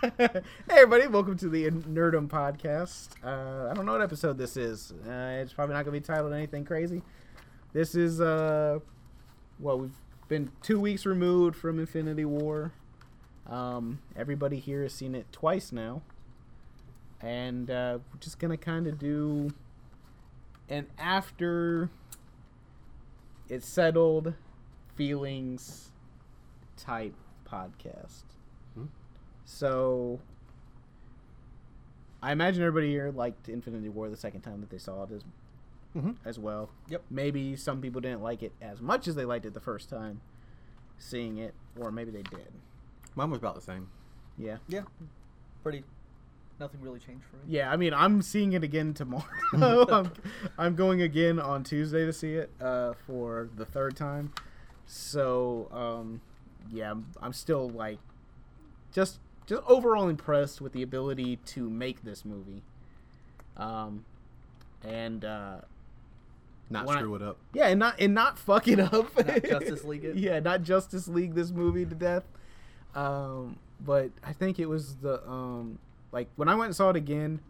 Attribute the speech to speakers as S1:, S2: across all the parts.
S1: hey everybody, welcome to the Nerdum podcast. Uh, I don't know what episode this is. Uh, it's probably not going to be titled anything crazy. This is uh, well, we've been two weeks removed from Infinity War. Um, everybody here has seen it twice now, and uh, we're just gonna kind of do an after it's settled feelings type podcast.
S2: Hmm.
S1: Mm-hmm. So I imagine everybody here liked Infinity War the second time that they saw it as
S2: Mhm.
S1: as well.
S2: Yep.
S1: Maybe some people didn't like it as much as they liked it the first time seeing it, or maybe they did.
S2: Mine was about the same.
S1: Yeah.
S3: Yeah, pretty. Nothing really changed for me.
S1: Yeah, I mean, I'm seeing it again tomorrow. I'm, I'm going again on Tuesday to see it uh, for the third time. So, um, yeah, I'm, I'm still like just just overall impressed with the ability to make this movie. Um, and uh,
S2: Not
S1: When I-
S2: screw it up.
S1: yeah, and not and not fuck it up.
S3: Not Justice League it?
S1: yeah, not Justice League this movie to death. Um, but I think it was the um, like when I went and saw it again,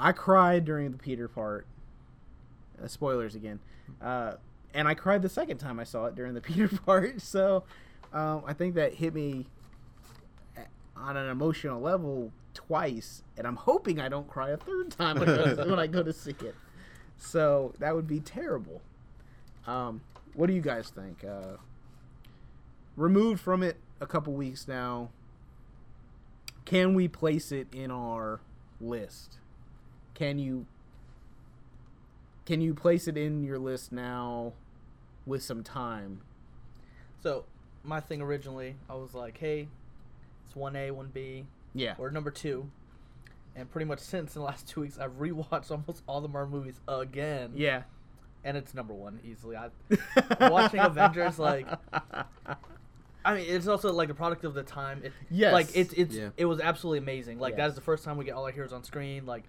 S1: I cried during the Peter part. Uh, spoilers again, uh, and I cried the second time I saw it during the Peter part. So um, I think that hit me a- on an emotional level twice, and I'm hoping I don't cry a third time when I go, when I go to see it. So that would be terrible. Um, what do you guys think? Uh, removed from it a couple weeks now, can we place it in our list? Can you can you place it in your list now with some time?
S3: So my thing originally, I was like, hey, it's one A, one B,
S1: Yeah.
S3: or number two, and pretty much since in the last two weeks, I've rewatched almost all the Marvel movies again.
S1: Yeah.
S3: and it's number one easily. I, Watching Avengers, like- I mean, it's also like the product of the time. It,
S1: Yes.
S3: like it's it's
S2: Yeah.
S3: it was absolutely amazing. Like
S1: Yeah.
S3: that is the first time we get all our heroes on screen. Like,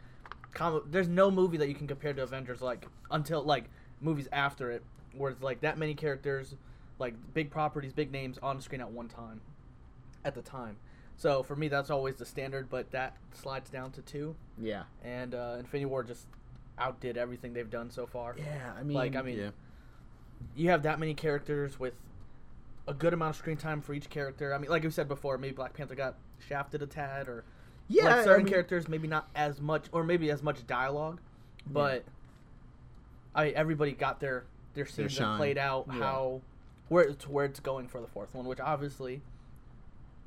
S3: com- there's no movie that you can compare to Avengers. Like until like movies after it, where it's like that many characters, like big properties, big names on screen at one time, at the time. So for me, that's always the standard. But that slides down to two,
S1: Yeah.
S3: and uh, Infinity War just outdid everything they've done so far.
S1: Yeah, I mean
S3: Like, I mean,
S2: Yeah.
S3: you have that many characters with a good amount of screen time for each character. I mean, like we said before, maybe Black Panther got shafted a tad, or
S1: yeah,
S3: like
S1: I
S3: certain
S1: mean-
S3: characters maybe not as much, or maybe as much dialogue, but I everybody got their their scenes and
S2: shine.
S3: played out
S1: Yeah.
S3: how where to where it's going for the fourth one, which obviously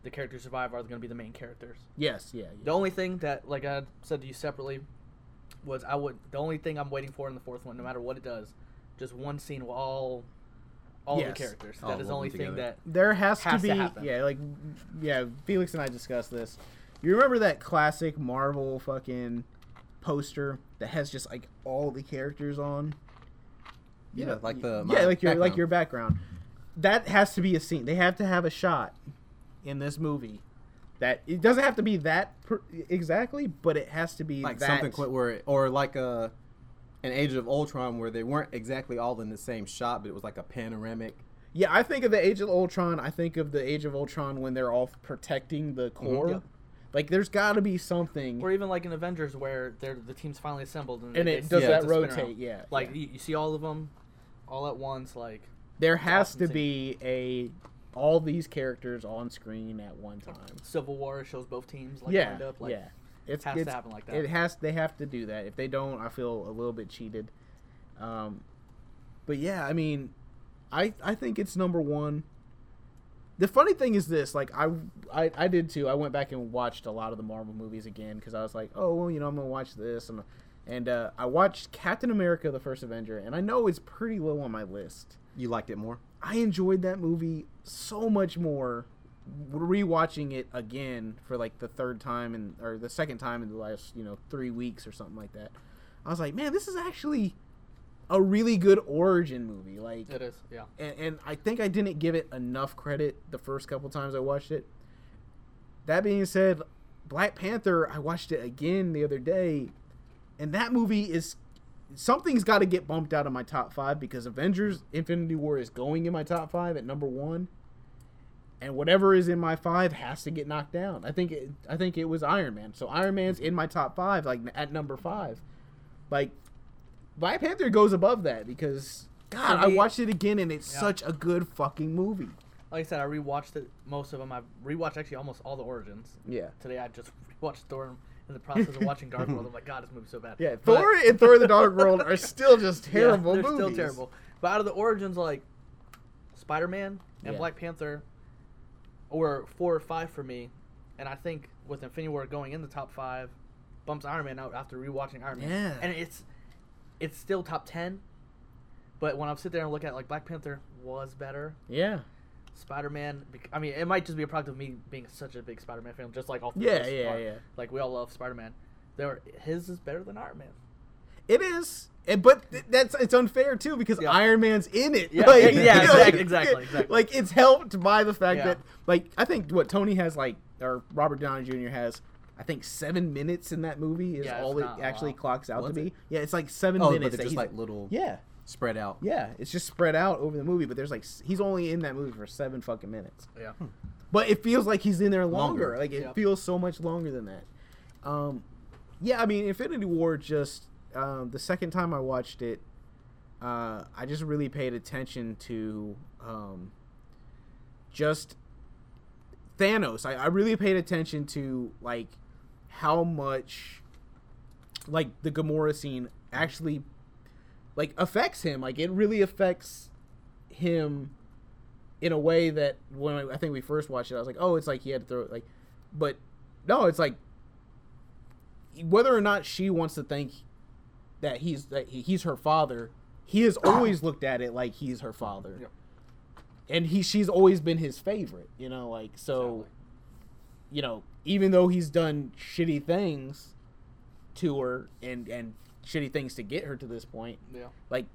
S3: the characters survive are going to be the main characters.
S1: Yes, yeah. yeah.
S3: The only thing that, like I said to you separately, was I would the only thing I'm waiting for in the fourth one, no matter what it does, just one scene with all, all
S1: Yes.
S3: the characters.
S2: All
S3: that is the
S2: woven
S3: only thing
S2: together.
S3: that.
S1: there has,
S3: has
S1: to
S3: to
S1: be
S3: happen.
S1: yeah like yeah felix and i discussed this you remember that classic marvel fucking poster that has just like all the characters on You
S2: Yeah,
S1: know,
S2: like
S1: y-
S2: the-
S1: yeah
S2: my
S1: like your like
S2: background.
S1: your background that has to be a scene they have to have a shot in this movie that it doesn't have to be that per- exactly but it has to be
S2: Like
S1: that
S2: something quick where, it, or like a, an Age of Ultron where they weren't exactly all in the same shot, but it was like a panoramic.
S1: Yeah, I think of the Age of Ultron. I think of the Age of Ultron when they're all protecting the
S2: Mm-hmm.
S1: core.
S3: Yeah.
S1: Like, there's got to be something,
S3: Or even like in Avengers where they're the team's finally assembled and,
S1: and
S3: they-
S1: it
S3: they
S1: does
S3: just
S1: that
S3: spin around.
S1: rotate. Yeah,
S3: Like
S1: yeah.
S3: You, you see all of them, all at once. Like
S1: there has to
S3: awesome
S1: be a all these characters on screen at one time.
S3: Civil War shows both teams like
S1: yeah,
S3: lined up. Like
S1: yeah. It's,
S3: has to
S1: it's-
S3: happen like that.
S1: It has. They have to do that. If they don't, I feel a little bit cheated. Um, but yeah, I mean, I I think it's number one. The funny thing is this, like I, I, I did too. I went back and watched a lot of the Marvel movies again because I was like, oh well, you know, I'm gonna watch this, and and uh, I watched Captain America: The First Avenger, and I know it's pretty low on my list.
S2: You liked it more?
S1: I enjoyed that movie so much more rewatching it again for like the third time and or the second time in the last you know three weeks or something like that. I was like, man, this is actually a really good origin movie. Like,
S3: It is. Yeah.
S1: and, and I think I didn't give it enough credit the first couple times I watched it. That being said, Black Panther, I watched it again the other day, and that movie is something's got to get bumped out of my top five because Avengers: Infinity War is going in my top five at number one, and whatever is in my five has to get knocked down. I think it, I think it was Iron Man. So Iron Man's in my top five, like at number five. Like Black Panther goes above that because God, I
S3: we-
S1: watched it again and it's
S3: Yeah.
S1: such a good fucking movie.
S3: Like I said, I rewatched it, most of them. I've rewatched actually almost all the origins.
S1: Yeah.
S3: Today I just rewatched Thor in the process of watching Garfield. I'm like, God, this movie's so bad.
S1: Yeah,
S3: But-
S1: Thor and Thor: The Dark World are still just
S3: Yeah,
S1: terrible
S3: they're
S1: movies.
S3: still terrible. But out of the origins, like Spider Man and
S1: Yeah.
S3: Black Panther were four or five for me, and I think with Infinity War going in the top five, bumps Iron Man out after rewatching Iron Man.
S1: Yeah.
S3: and it's it's still top ten. But when I sit there and look at like Black Panther was better,
S1: Yeah.
S3: Spider Man. I mean, it might just be a product of me being such a big Spider Man fan, just like all three of
S1: Yeah,
S3: us
S1: yeah,
S3: are.
S1: yeah.
S3: Like we all love Spider Man. There, his is better than Iron Man.
S1: It is. And- but th- that's it's unfair too because
S3: Yeah.
S1: Iron Man's in it.
S3: Yeah,
S1: Like,
S3: yeah, yeah,
S1: you know,
S3: exact- exactly, exactly.
S1: Like it's helped by the fact
S3: Yeah.
S1: that like I think what Tony has like or Robert Downey Jr. has I think seven minutes in that movie is
S3: Yeah, it's
S1: all it
S3: not a
S1: actually
S3: lot.
S1: clocks out
S2: Was
S1: to
S2: it?
S1: be. Yeah, it's like seven
S2: Oh, but
S1: minutes.
S2: they're
S1: that
S2: just
S1: he's-
S2: like little
S1: yeah,
S2: spread out.
S1: yeah. It's just spread out over the movie, but there's like s- he's only in that movie for seven fucking minutes.
S3: Yeah.
S1: But it feels like he's in there longer.
S2: Longer.
S1: Like it
S3: Yep.
S1: feels so much longer than that. Um, yeah, I mean, Infinity War just um, the second time I watched it, uh, I just really paid attention to um, just Thanos. I, I really paid attention to like how much like the Gamora scene actually like affects him. Like it really affects him in a way that when I, I think we first watched it, I was like, oh, it's like he had to throw it. Like, but no, it's like whether or not she wants to think that he's that he- he's her father, he has always looked at it like he's her father,
S3: Yep.
S1: and he she's always been his favorite. You know, like so
S3: Exactly.
S1: you know, even though he's done shitty things to her and and shitty things to get her to this point,
S3: Yeah.
S1: like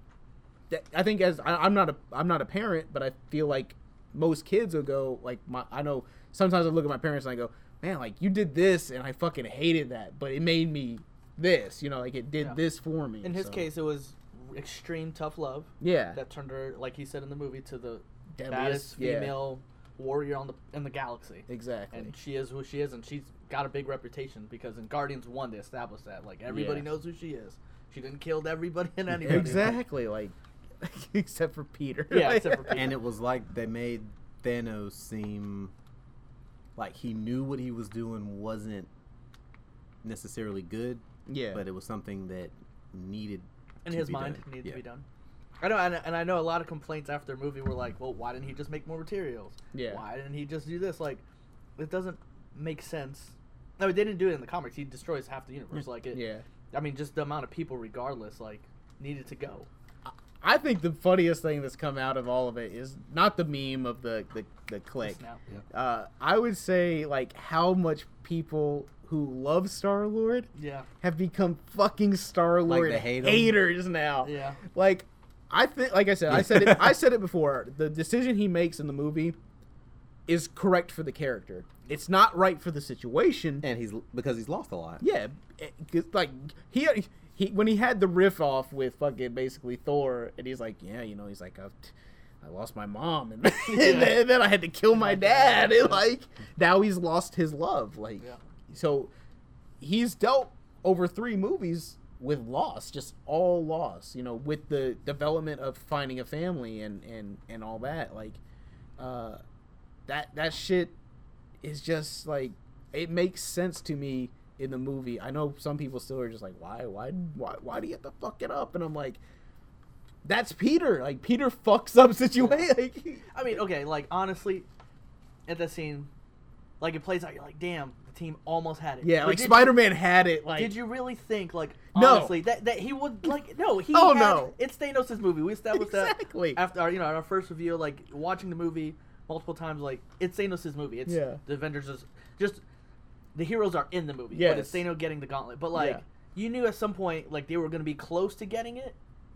S1: that, I think as I, I'm not a I'm not a parent, but I feel like most kids will go like my I know sometimes I look at my parents and I go, man, like you did this and I fucking hated that, but it made me this, you know, like it did
S3: Yeah.
S1: this for me.
S3: In his
S1: so-
S3: case, it was extreme tough love
S1: yeah,
S3: that turned her, like he said in the movie, to the
S1: Deadliest,
S3: baddest
S1: yeah.
S3: female warrior on the in the galaxy.
S1: exactly.
S3: And she is who she is, and she's got a big reputation because in Guardians One they established that. Like everybody
S1: Yeah.
S3: knows who she is. She didn't kill everybody and anybody.
S1: exactly, like except for Peter.
S3: Yeah, except for Peter.
S2: And it was like they made Thanos seem like he knew what he was doing wasn't necessarily good,
S1: yeah,
S2: but it was something that needed
S3: in
S2: to
S3: his
S2: be
S3: mind
S2: done.
S3: needs
S2: Yeah.
S3: to be done. I know, and, and I know a lot of complaints after a movie were like, "Well, why didn't he just make more materials?
S1: Yeah.
S3: Why didn't he just do this? Like, it doesn't make sense." No, they didn't do it in the comics. He destroys half the universe. Like it.
S1: yeah.
S3: I mean, just the amount of people, regardless, like needed to go.
S1: I think the funniest thing that's come out of all of it is not the meme of the the, the click.
S3: Snap.
S1: Uh, I would say like how much people who love Star Lord
S3: Yeah.
S1: have become fucking Star Lord
S2: they hate him?
S1: haters now.
S3: Yeah.
S1: Like I think like I said, I said it I said it before. The decision he makes in the movie is correct for the character. It's not right for the situation.
S2: And he's because he's lost a lot.
S1: Yeah, it- 'cause, like he he when he had the riff off with fucking basically Thor, and he's like, yeah, you know, he's like, I, I lost my mom, and, and, then, and then I had to kill my dad, and like now he's lost his love, like
S3: Yeah.
S1: so he's dealt over three movies with loss, just all loss, you know, with the development of finding a family and and and all that, like uh, that that shit is just like it makes sense to me in the movie. I know some people still are just like, why, why, why, why do you have to fuck it up? And I'm like, that's Peter. Like Peter fucks up situation. Like,
S3: I mean, okay, like honestly, at that scene, like it plays out. You're like, "Damn, the team almost had it."
S1: yeah,
S3: But
S1: like
S3: did you-
S1: Spider Man had it. Like
S3: Did you really think, like,
S1: Oh, No.
S3: honestly, that, that he would like? No, he.
S1: Oh,
S3: had-
S1: no.
S3: It's Thanos' movie. We established
S1: Exactly.
S3: that after our, you know our first review, like watching the movie multiple times, like it's Thanos' movie. It's
S1: Yeah.
S3: the Avengers is just the heroes are in the movie. but it's
S1: Yes.
S3: Thanos getting the gauntlet. But like
S1: Yeah. Hmm.
S3: you knew at some point, like they were gonna be close to getting it,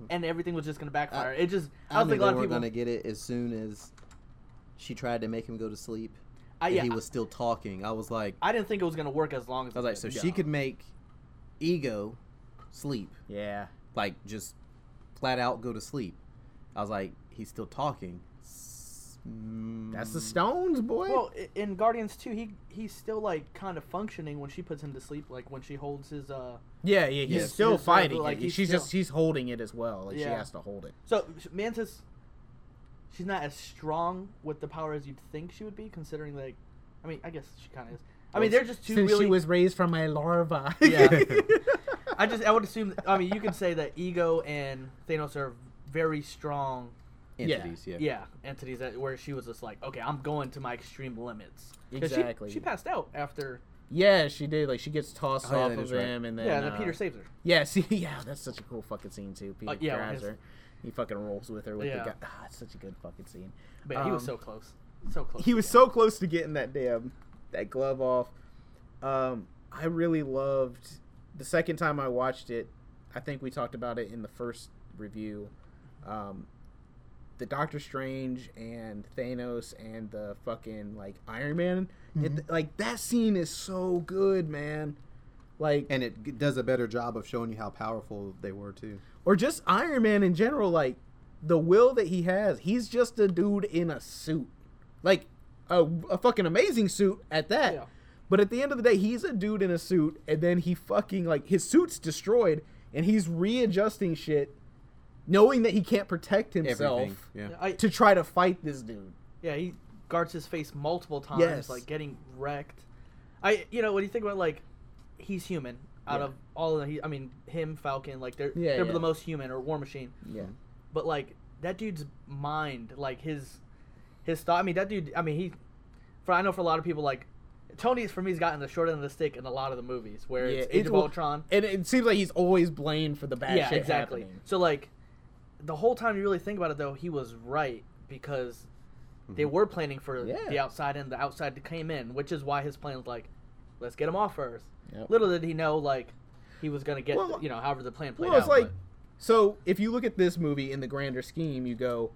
S3: and everything was just gonna backfire. it just I,
S2: I,
S3: don't
S2: knew
S3: think
S2: they
S3: a lot of
S2: were
S3: people.
S2: gonna get it as soon as she tried to make him go to sleep.
S3: I,
S2: and
S3: Uh, yeah,
S2: he was still talking. I was like,
S3: I didn't think it was gonna work as long as
S2: I was
S3: it
S2: like, so
S3: did.
S2: she could make ego sleep,
S1: Yeah.
S2: like just flat out go to sleep. I was like, he's still talking. S-
S1: That's the Stones, boy.
S3: Well, i- in Guardians 2, he he's still like kind of functioning when she puts him to sleep, like when she holds his uh
S1: yeah, yeah, he's
S2: Yeah,
S1: still
S3: she's, uh,
S1: fighting.
S3: like,
S1: it.
S3: he's
S1: she's
S3: still-
S1: just she's holding it as well. Like she
S3: Yeah.
S1: has to hold it.
S3: So Mantis, she's not as strong with the power as you'd think she would be, considering like, I mean, I guess she kind of is. I mean, they're just two
S1: Since
S3: really.
S1: she was raised from a larva.
S3: Yeah. I just I would assume. I mean, you could say that Ego and Thanos are very strong,
S1: Yeah.
S2: mm, entities. Yeah.
S3: yeah, entities that where she was just like, okay, I'm going to my extreme limits. 'Cause she-
S1: exactly.
S3: She, passed out after.
S1: yeah, she did. Like she gets tossed
S2: Oh, yeah,
S1: off
S2: that
S1: of
S2: is right.
S1: him, and then
S3: yeah, and then
S1: uh,
S3: Peter saves her.
S1: Yeah, see, yeah, that's such a cool fucking scene too. Peter
S3: Uh, yeah, when
S1: grabs
S3: his-
S1: her. He fucking rolls with her with
S3: Yeah.
S1: the guy. Ah, it's such a good fucking scene.
S3: But he was
S1: um,
S3: so close, so close.
S1: He was so close to getting that damn that glove off. Um, I really loved the second time I watched it. I think we talked about it in the first review. Um, the Doctor Strange and Thanos and the fucking like Iron Man.
S3: Mm-hmm.
S1: It, like that scene is so good, man. Like
S2: And it g- does a better job of showing you how powerful they were too.
S1: or just Iron Man in general, like the will that he has. He's just a dude in a suit, like a, a fucking amazing suit at that.
S3: Yeah.
S1: But at the end of the day, he's a dude in a suit, and then he fucking like his suit's destroyed, and he's readjusting shit, knowing that he can't protect himself
S2: Everything. Yeah.
S3: I,
S1: to try to fight this dude.
S3: Yeah, he guards his face multiple times,
S1: Yes.
S3: like getting wrecked. I, you know, when you think about like, he's human out
S1: Yeah.
S3: of all of the, he, I mean, him, Falcon, like they're
S1: Yeah,
S3: they're
S1: yeah.
S3: the most human or War Machine,
S1: Yeah,
S3: but like that dude's mind, like his his thought. I mean, that dude. I mean, he. For I know for a lot of people, like Tony's for me has gotten the short end of the stick in a lot of the movies where
S1: Yeah,
S3: it's Age
S1: it's-
S3: of Ultron.
S1: Um, and it seems like he's always blamed for the bad
S3: yeah,
S1: shit
S3: exactly.
S1: happening.
S3: So like, the whole time you really think about it, though, he was right because they were planning for
S1: Mm-hmm. Yeah.
S3: the outside and the outside that came in, which is why his plan was like, let's get him off first.
S1: Yep.
S3: Little did he know, like, he was gonna get
S1: Well,
S3: you know however the plan played
S1: Well, it's
S3: out.
S1: like,
S3: but-
S1: so if you look at this movie in the grander scheme, you go,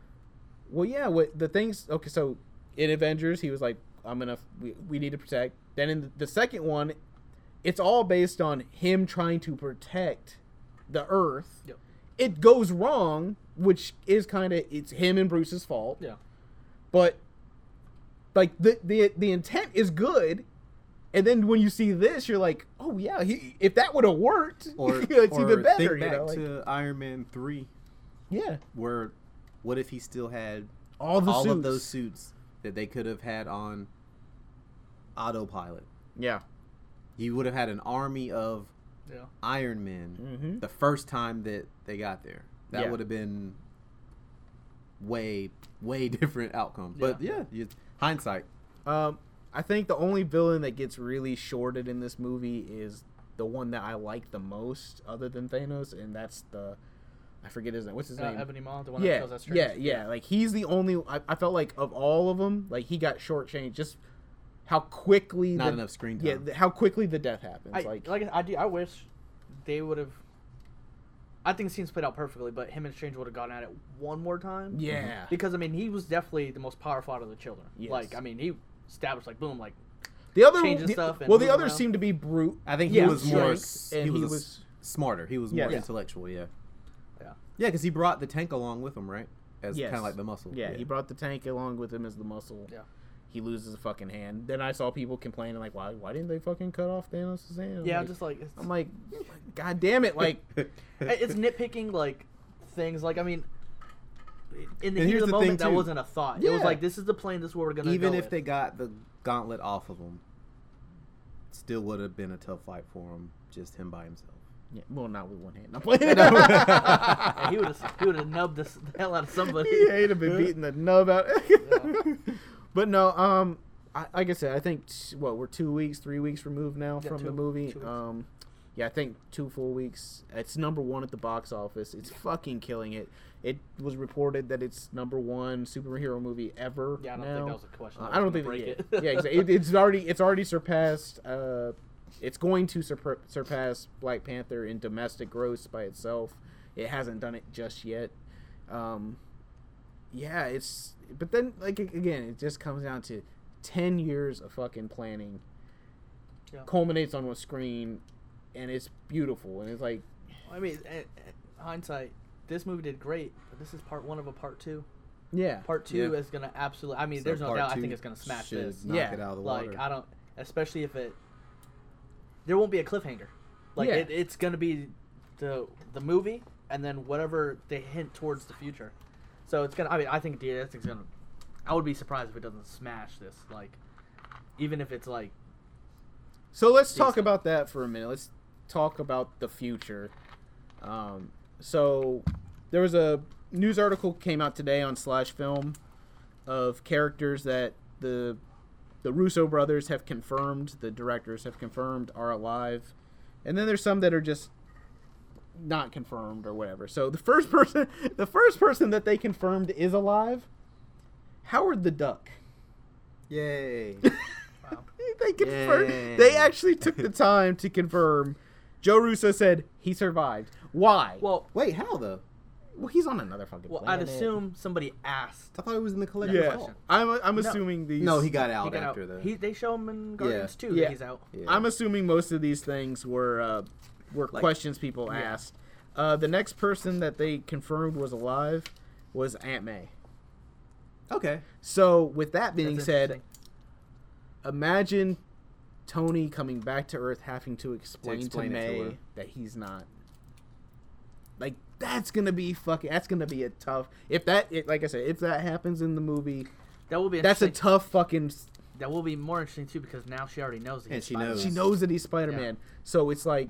S1: well, yeah, what the things? Okay, so in Avengers, he was like, I'm gonna, we, we need to protect. Then in the, the second one, it's all based on him trying to protect the Earth.
S3: Yep.
S1: It goes wrong, which is kind of it's him and Bruce's fault.
S3: yeah,
S1: But like the the the intent is good. And then when you see this, you're like, "Oh yeah, he, if that would have worked,
S2: Or,
S1: it's
S2: or
S1: even better."
S2: think
S1: you
S2: back
S1: know, like-
S2: to Iron Man three,
S1: yeah,
S2: where what if he still had
S1: all the
S2: all
S1: suits.
S2: of those suits that they could have had on autopilot?
S1: Yeah.
S2: He would have had an army of
S3: yeah.
S2: Iron Men.
S1: Mm-hmm.
S2: the first time that they got there. That
S1: Yeah.
S2: would have been way, way different outcome. But yeah, you, hindsight.
S1: Um, I think the only villain that gets really shorted in this movie is the one that I like the most, other than Thanos, and that's the I forget his name. What's his
S3: Uh,
S1: name?
S3: Ebony Maw, the one that
S1: yeah,
S3: kills that strange.
S1: yeah, yeah. Like he's the only. I, I felt like of all of them, like he got shortchanged. Just how quickly.
S2: Not
S1: the,
S2: enough screen
S1: Yeah,
S2: time.
S1: th- how quickly the death happens.
S3: I,
S1: like,
S3: like, I do. I wish they would have. I think the scenes played out perfectly, but him and Strange would have gone at it one more time.
S1: yeah.
S3: Because I mean, he was definitely the most powerful out of the children.
S1: Yes.
S3: Like I mean, he established like boom, like
S1: The other
S3: changes
S1: the-
S3: stuff and
S1: well, the
S3: move
S1: others
S3: around.
S1: seemed to be brute.
S2: I think he
S1: yeah,
S2: was more.
S1: strength,
S2: s-
S1: and
S2: he was,
S1: he
S2: a s-
S1: was-
S2: smarter. He was
S1: Yeah.
S2: more
S1: Yeah.
S2: intellectual. Yeah.
S3: Yeah.
S2: Yeah, because he brought the tank along with him, right? As
S1: Yes.
S2: kind of like the muscle.
S1: Yeah, he brought the tank along with him as the muscle.
S3: Yeah.
S1: He loses a fucking hand. Then I saw people complaining like, why why didn't they fucking cut off Thanos' hand? I'm
S3: yeah,
S1: like,
S3: just like it's,
S1: I'm like, God damn it! Like,
S3: I- it's nitpicking like things like i mean in
S2: And
S3: the heat
S2: here's
S3: of
S2: the
S3: the, moment
S2: thing,
S3: that
S2: too.
S3: wasn't a thought it was
S1: Yeah.
S3: like this is the plane this is where we're gonna
S2: even
S3: go
S2: if
S3: with.
S2: they got the gauntlet off of him, still would have been a tough fight for him, just him by himself.
S1: yeah, well, not with one hand. I'm playing.
S3: Yeah, he would have he would have nubbed this, the hell out of somebody
S1: he would have been beating the nub out.
S3: Yeah.
S1: But no, um, I, like I said, I think t- what we're two weeks, three weeks removed now
S3: Yeah,
S1: from
S3: two-
S1: the movie.
S3: two weeks.
S1: Um, yeah, I think two full weeks. It's number one at the box office. It's fucking killing it. It was reported that it's number one superhero movie ever.
S3: yeah i don't
S1: now.
S3: think that was a question
S1: Uh,
S3: that
S1: I don't
S3: was
S1: think
S3: gonna
S1: yeah,
S3: break
S1: yeah, exactly. It, it's already it's already surpassed. Uh, it's going to surp- surpass Black Panther in domestic gross by itself. It hasn't done it just yet. Um, yeah, it's but then like a- again, it just comes down to ten years of fucking planning.
S3: Yeah.
S1: Culminates on one screen, and it's beautiful. And it's like,
S3: i mean eh, eh, hindsight this movie did great but this is part one of a part two
S1: Yeah.
S3: Part two
S2: Yeah.
S3: is gonna absolutely. I mean,
S2: So
S3: there's no
S2: part
S3: doubt. I
S2: two
S3: think it's gonna smash
S2: should
S3: this.
S2: Knock
S1: Yeah,
S2: it out of the
S3: Like
S2: water.
S3: I don't, especially if it. There won't be a cliffhanger. Like
S1: Yeah.
S3: it, it's gonna be the the movie and then whatever they hint towards the future. So it's gonna. I mean, I think DS is gonna. I would be surprised if it doesn't smash this. Like, even if it's like
S1: So let's talk
S3: Decent.
S1: about that for a minute. Let's talk about the future. Um, so there was a news article came out today on Slash Film of characters that the the Russo brothers have confirmed, the directors have confirmed are alive, and then there's some that are just not confirmed or whatever. So the first person, the first person that they confirmed is alive, Howard the Duck.
S2: Yay.
S3: Wow.
S1: they confirmed.
S2: Yay.
S1: They actually took the time to confirm. Joe Russo said he survived. Why? Well,
S3: well.
S2: Wait, how though?
S1: he's on another fucking
S3: Well, I'd
S1: planet.
S3: assume somebody asked.
S2: I thought it was in the collective
S1: Yeah,
S2: call.
S1: I'm. I'm
S3: No.
S1: assuming these.
S2: No, he got out
S3: He got
S2: after
S3: out.
S2: that.
S3: He, they show him in Guardians too.
S1: Yeah.
S3: He's out.
S2: Yeah.
S1: I'm assuming most of these things were uh, were
S2: Like-
S1: questions people
S3: Yeah.
S1: asked. Uh, the next person that they confirmed was alive was Aunt May.
S2: okay.
S1: So with that being
S3: That's
S1: said,
S3: interesting.
S1: imagine Tony coming back to Earth having to explain to,
S2: explain it
S1: May
S2: to her.
S1: that he's not. Like that's gonna be fucking. That's gonna be a tough. If that, it, like I said, if that happens in the movie,
S3: that will be
S1: that's a
S3: interesting.
S1: tough fucking. s-
S3: That will be more interesting too because now she already knows. that
S2: And
S3: he's
S2: she
S3: Spider-Man.
S2: knows.
S1: She knows that he's Spider Man, so it's like,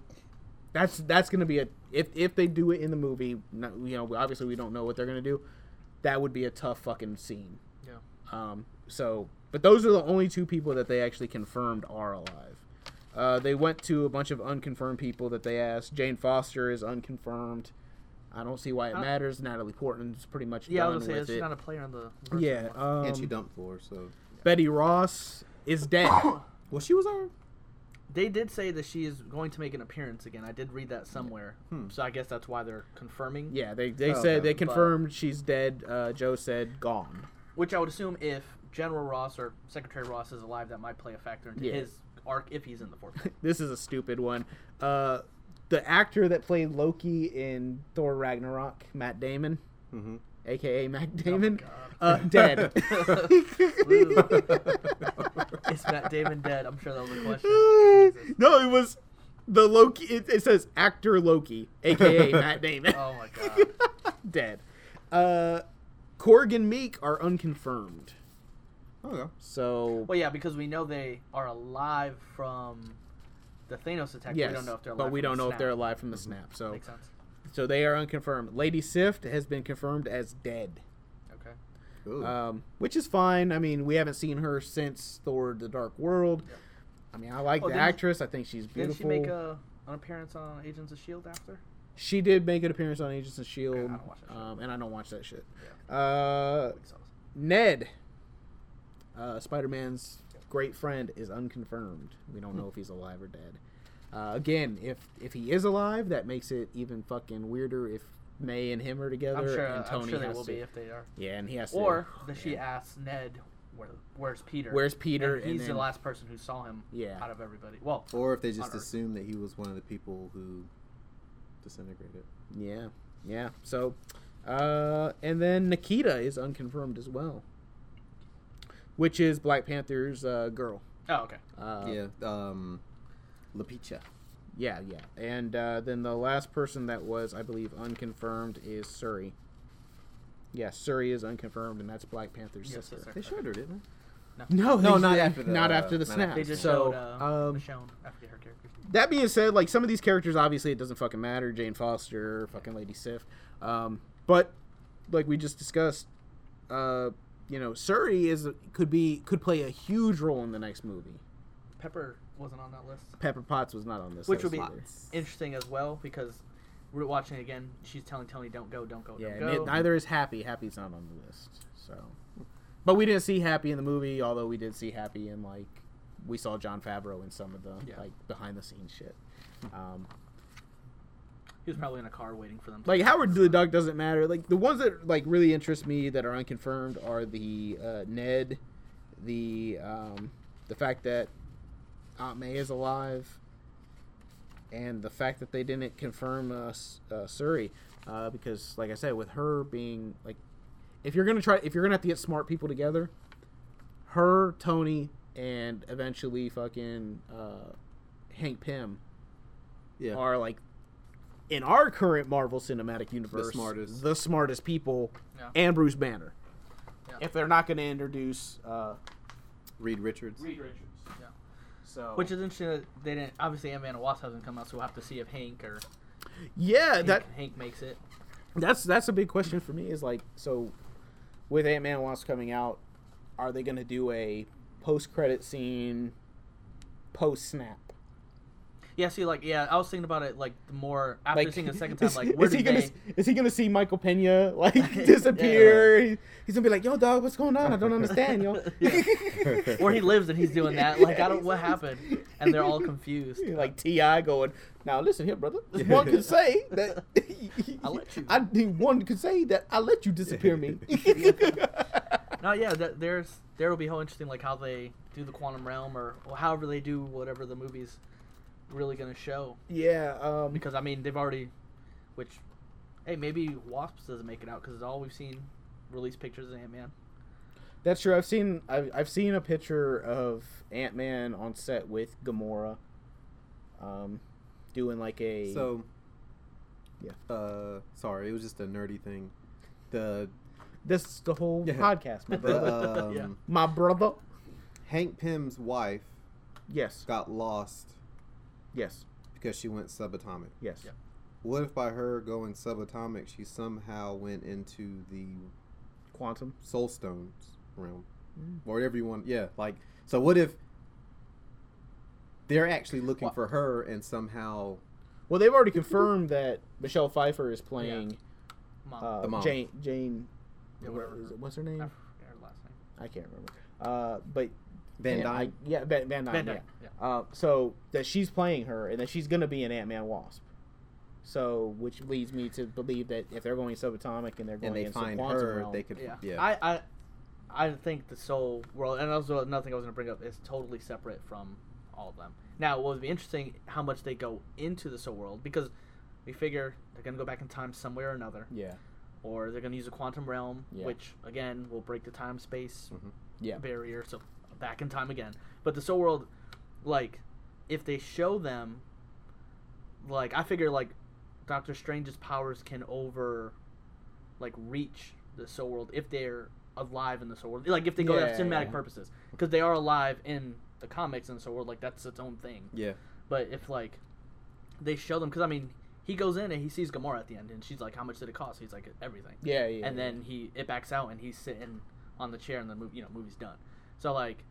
S1: that's that's gonna be a. If if they do it in the movie, not, you know, obviously we don't know what they're gonna do. That would be a tough fucking scene.
S3: Yeah.
S1: Um, so, but those are the only two people that they actually confirmed are alive. Uh, they went to a bunch of unconfirmed people that they asked. Jane Foster is unconfirmed. I don't see why it
S3: I-
S1: matters. Natalie Portman's pretty much
S3: Uh, Yeah, I
S1: done
S3: was gonna
S1: with
S3: say
S1: it.
S3: she's not a player on the. verse
S1: yeah,
S3: anymore.
S1: um,
S2: and she dumped for her, so.
S1: Betty Ross is dead.
S2: Well, she was our.
S3: They did say that she is going to make an appearance again. I did read that somewhere,
S2: Hmm.
S3: so I guess that's why they're confirming.
S1: yeah, they they
S2: Oh,
S1: said
S2: okay.
S1: they confirmed she's dead. Uh, Joe said gone.
S3: Which I would assume if General Ross or Secretary Ross is alive, that might play a factor into
S1: Yeah.
S3: his arc if he's in the fourth. one.
S1: This is a stupid one. Uh, the actor that played Loki in Thor Ragnarok, Matt Damon,
S2: Mm-hmm.
S1: aka Matt Damon,
S3: Oh God.
S1: uh, dead.
S3: is Matt Damon dead? I'm sure that was a question.
S1: no, it was the Loki. It, it says actor Loki, aka Matt Damon,
S3: Oh my god.
S1: dead. Uh, Korg and Meek are unconfirmed.
S2: Okay.
S1: So
S3: Well, yeah, because we know they are alive from the Thanos attack.
S1: yes,
S3: we don't know if they're alive
S1: but we
S3: from
S1: don't
S3: the
S1: know if they're
S3: snap. Mm-hmm.
S1: alive from the snap. So
S3: Makes sense.
S1: so they are unconfirmed. Lady Sift has been confirmed as dead,
S3: Okay.
S2: Ooh.
S3: Uh,
S1: um, which is fine. I mean, we haven't seen her since Thor: The Dark World.
S3: Yeah.
S1: I mean, I like
S3: Oh,
S1: the
S3: didn't she-
S1: actress. I think she's
S3: Didn't
S1: beautiful.
S3: she make a, an appearance on Agents of Shield E after?
S1: She did make an appearance on Agents of Shield,
S3: Yeah, I don't watch that shit.
S1: um, and I don't watch that shit. Uh,
S3: I think so.
S1: Ned, uh, Spider Man's great friend, is unconfirmed. We don't know if he's alive or dead. Uh, again, if if he is alive, that makes it even fucking weirder. If May and him are together,
S3: I'm sure.
S1: and Tony
S3: I'm sure they
S1: has
S3: will
S1: to,
S3: be if they are.
S1: yeah, and he has
S3: Or
S1: to.
S3: that she
S1: yeah.
S3: asks Ned, Where, "Where's Peter?"
S1: Where's Peter?
S3: And
S1: And
S3: he's
S1: then-
S3: the last person who saw him.
S1: Yeah.
S3: Out of everybody. Well,
S2: or if they just
S3: on Earth.
S2: assumed that he was one of the people who disintegrated.
S1: Yeah, yeah. So, uh, and then Nikita is unconfirmed as well, which is Black Panther's uh, girl.
S3: oh okay.
S1: Uh,
S2: yeah. Um, Lapicha.
S1: Yeah, yeah. And uh, then the last person that was, I believe, unconfirmed is Suri. Yeah, Suri is unconfirmed, and that's Black Panther's
S3: Yes,
S1: sister.
S3: sister.
S2: They showed her, didn't
S1: No,
S2: No,
S1: they-
S2: not
S1: they-
S2: after the-
S1: not after the
S2: not
S1: snap.
S2: after
S3: They just
S1: so,
S3: showed uh,
S1: um,
S3: Michonne. I forget her character's name.
S1: that being said, like some of these characters, obviously, it doesn't fucking matter. Jane Foster, fucking Lady Sif. Um, but like we just discussed, uh, you know, Suri is could be could play a huge role in the next movie.
S3: Pepper wasn't on that list.
S1: Pepper Potts was not on this,
S3: Which
S1: list
S3: would be-
S1: either.
S3: Interesting as well because we're watching again. She's telling Tony, "Don't go, don't go,
S1: Yeah,
S3: don't
S1: and
S3: go."
S1: it- neither is Happy. Happy's not on the list. So, but we didn't see Happy in the movie, although we did see Happy in like we saw John Favreau in some of the
S3: Yeah.
S1: like behind the scenes shit. Um,
S3: He was probably in a car waiting for them. to-
S1: like Howard the Duck doesn't matter. Like the ones that like really interest me that are unconfirmed are the uh, Ned, the um, the fact that Aunt May is alive, and the fact that they didn't confirm uh, S- uh, Suri, uh, because like I said, with her being like, if you're gonna try, if you're gonna have to get smart people together, her, Tony, and eventually fucking uh, Hank Pym
S2: Yeah.
S1: are like in our current Marvel Cinematic Universe
S2: smartest.
S1: the smartest people,
S3: Yeah.
S1: and Bruce Banner.
S3: Yeah.
S1: If they're not gonna introduce, uh,
S2: Reed Richards.
S1: so
S3: Which is interesting. That they didn't. Obviously, Ant Man and Wasp hasn't come out, so we'll have to see if Hank or
S1: yeah,
S3: Hank,
S1: Uh, that
S3: Hank makes it.
S1: that's that's a big question for me. Is like so with Ant Man Wasp coming out, are they gonna do a post credit scene, post snap?
S3: Yeah. See, like, yeah, I was thinking about it like the more after seeing it a second time,
S1: is,
S3: like, where
S1: is he
S3: did
S1: gonna
S3: they?
S1: s- is he gonna see Michael Pena like disappear? He- He's gonna be like, "Yo, dog, what's going on? I don't understand, yo."
S2: Yeah.
S3: Or he lives and he's doing that. Like, I
S1: Yeah,
S3: don't.
S1: he's-
S3: What happened? And they're all confused.
S1: like Ti going. Now listen here, brother. One could say that
S3: I let you.
S1: I one could say that I let you disappear me.
S3: No, yeah, that, there's there will be how interesting like how they do the quantum realm or, or however they do whatever the movie's really gonna show
S1: yeah, um,
S3: because I mean they've already, which, hey maybe Wasps doesn't make it out because all we've seen release pictures of Ant Man.
S1: that's true. I've seen I've, I've seen a picture of Ant Man on set with Gamora, um, doing like a
S2: So,
S1: Yeah.
S2: Uh, sorry, it was just a nerdy thing. The
S1: this is the whole
S2: Yeah.
S1: podcast, my brother.
S2: the um,
S3: Yeah.
S1: my brother.
S2: Hank Pym's wife
S1: Yes,
S2: got lost
S1: yes,
S2: because she went subatomic.
S1: yes.
S3: Yeah.
S2: What if by her going subatomic, she somehow went into the
S1: Quantum.
S2: Soul Stones realm,
S1: Mm.
S2: or whatever you want? Yeah, like so. What if they're actually looking
S3: Wha-
S2: for her and somehow
S1: Well, they've already confirmed that Michelle Pfeiffer is playing
S3: Mom,
S1: uh,
S2: The mom.
S1: Jane. Jane.
S3: Yeah,
S1: whatever.
S3: whatever.
S1: Is it, what's her
S3: I
S1: name?
S3: forget her last name.
S1: I can't remember. Uh, but
S2: Van
S1: yeah,
S2: Dyne?
S1: I- yeah, Van, Van Dyne.
S3: Van
S1: yeah.
S3: Dyne, yeah.
S1: Uh, so that she's playing her, and that she's gonna be an Ant Man Wasp. So, which leads me to believe that if they're going subatomic and they're going
S2: and they
S1: into
S2: find
S1: quantum
S2: her,
S1: realm,
S2: they could.
S3: Yeah.
S2: Yeah.
S3: I, I I think the soul world, and also another thing I was going to bring up is totally separate from all of them. Now, what would be interesting how much they go into the soul world because we figure they're going to go back in time somewhere or another,
S1: yeah,
S3: or they're going to use a quantum realm,
S1: Yeah.
S3: which again will break the time space
S2: Mhm.
S1: Yeah.
S3: barrier. So back in time again, but the soul world, like if they show them, like I figure like Doctor Strange's powers can over like reach the soul world if they're alive in the soul world. Like if they go
S1: Yeah,
S3: there for cinematic
S1: yeah.
S3: purposes, because they are alive in the comics and the soul world. Like that's its own thing.
S2: Yeah.
S3: But if like they show them, because I mean he goes in and he sees Gamora at the end, and she's like, "How much did it cost?" He's like, "Everything."
S1: yeah, yeah.
S3: and then he it backs out and he's sitting on the chair and the movie you know movie's done. So like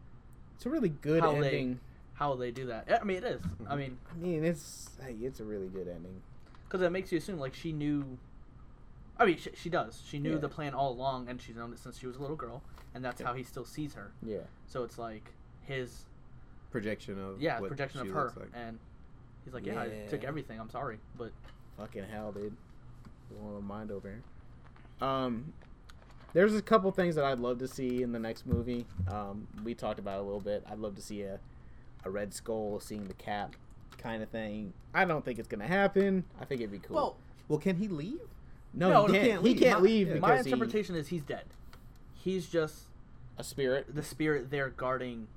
S1: it's a really good
S3: how they-
S1: ending.
S3: how will they do that? I mean it is.
S2: Mm-hmm.
S3: I mean
S1: I mean, it's hey, it's a really good ending.
S3: because it makes you assume like she knew. I mean she, she does. She knew
S1: Yeah.
S3: the plan all along and she's known it since she was a little girl and that's how he still sees her.
S1: Yeah,
S3: So it's like his
S2: Projection of
S3: yeah
S2: what
S3: projection of
S2: she
S3: her
S2: looks like.
S3: and he's like yeah, I took
S1: Yeah.
S3: everything. I'm sorry, but
S1: fucking hell, dude, blowing my mind over here. Um, there's a couple things that I'd love to see in the next movie. Um, we talked about it a little bit. I'd love to see a a Red Skull seeing the cap kind of thing. I don't think it's gonna happen. I think it'd be cool.
S2: Well, well, can he leave?
S1: no,
S3: no,
S1: he
S3: no,
S1: can't.
S2: can't
S1: he
S2: leave.
S1: can't
S2: My-
S1: leave
S2: yeah.
S1: because
S3: my
S1: he-
S3: interpretation is he's dead. He's just
S1: a spirit.
S3: the spirit there guarding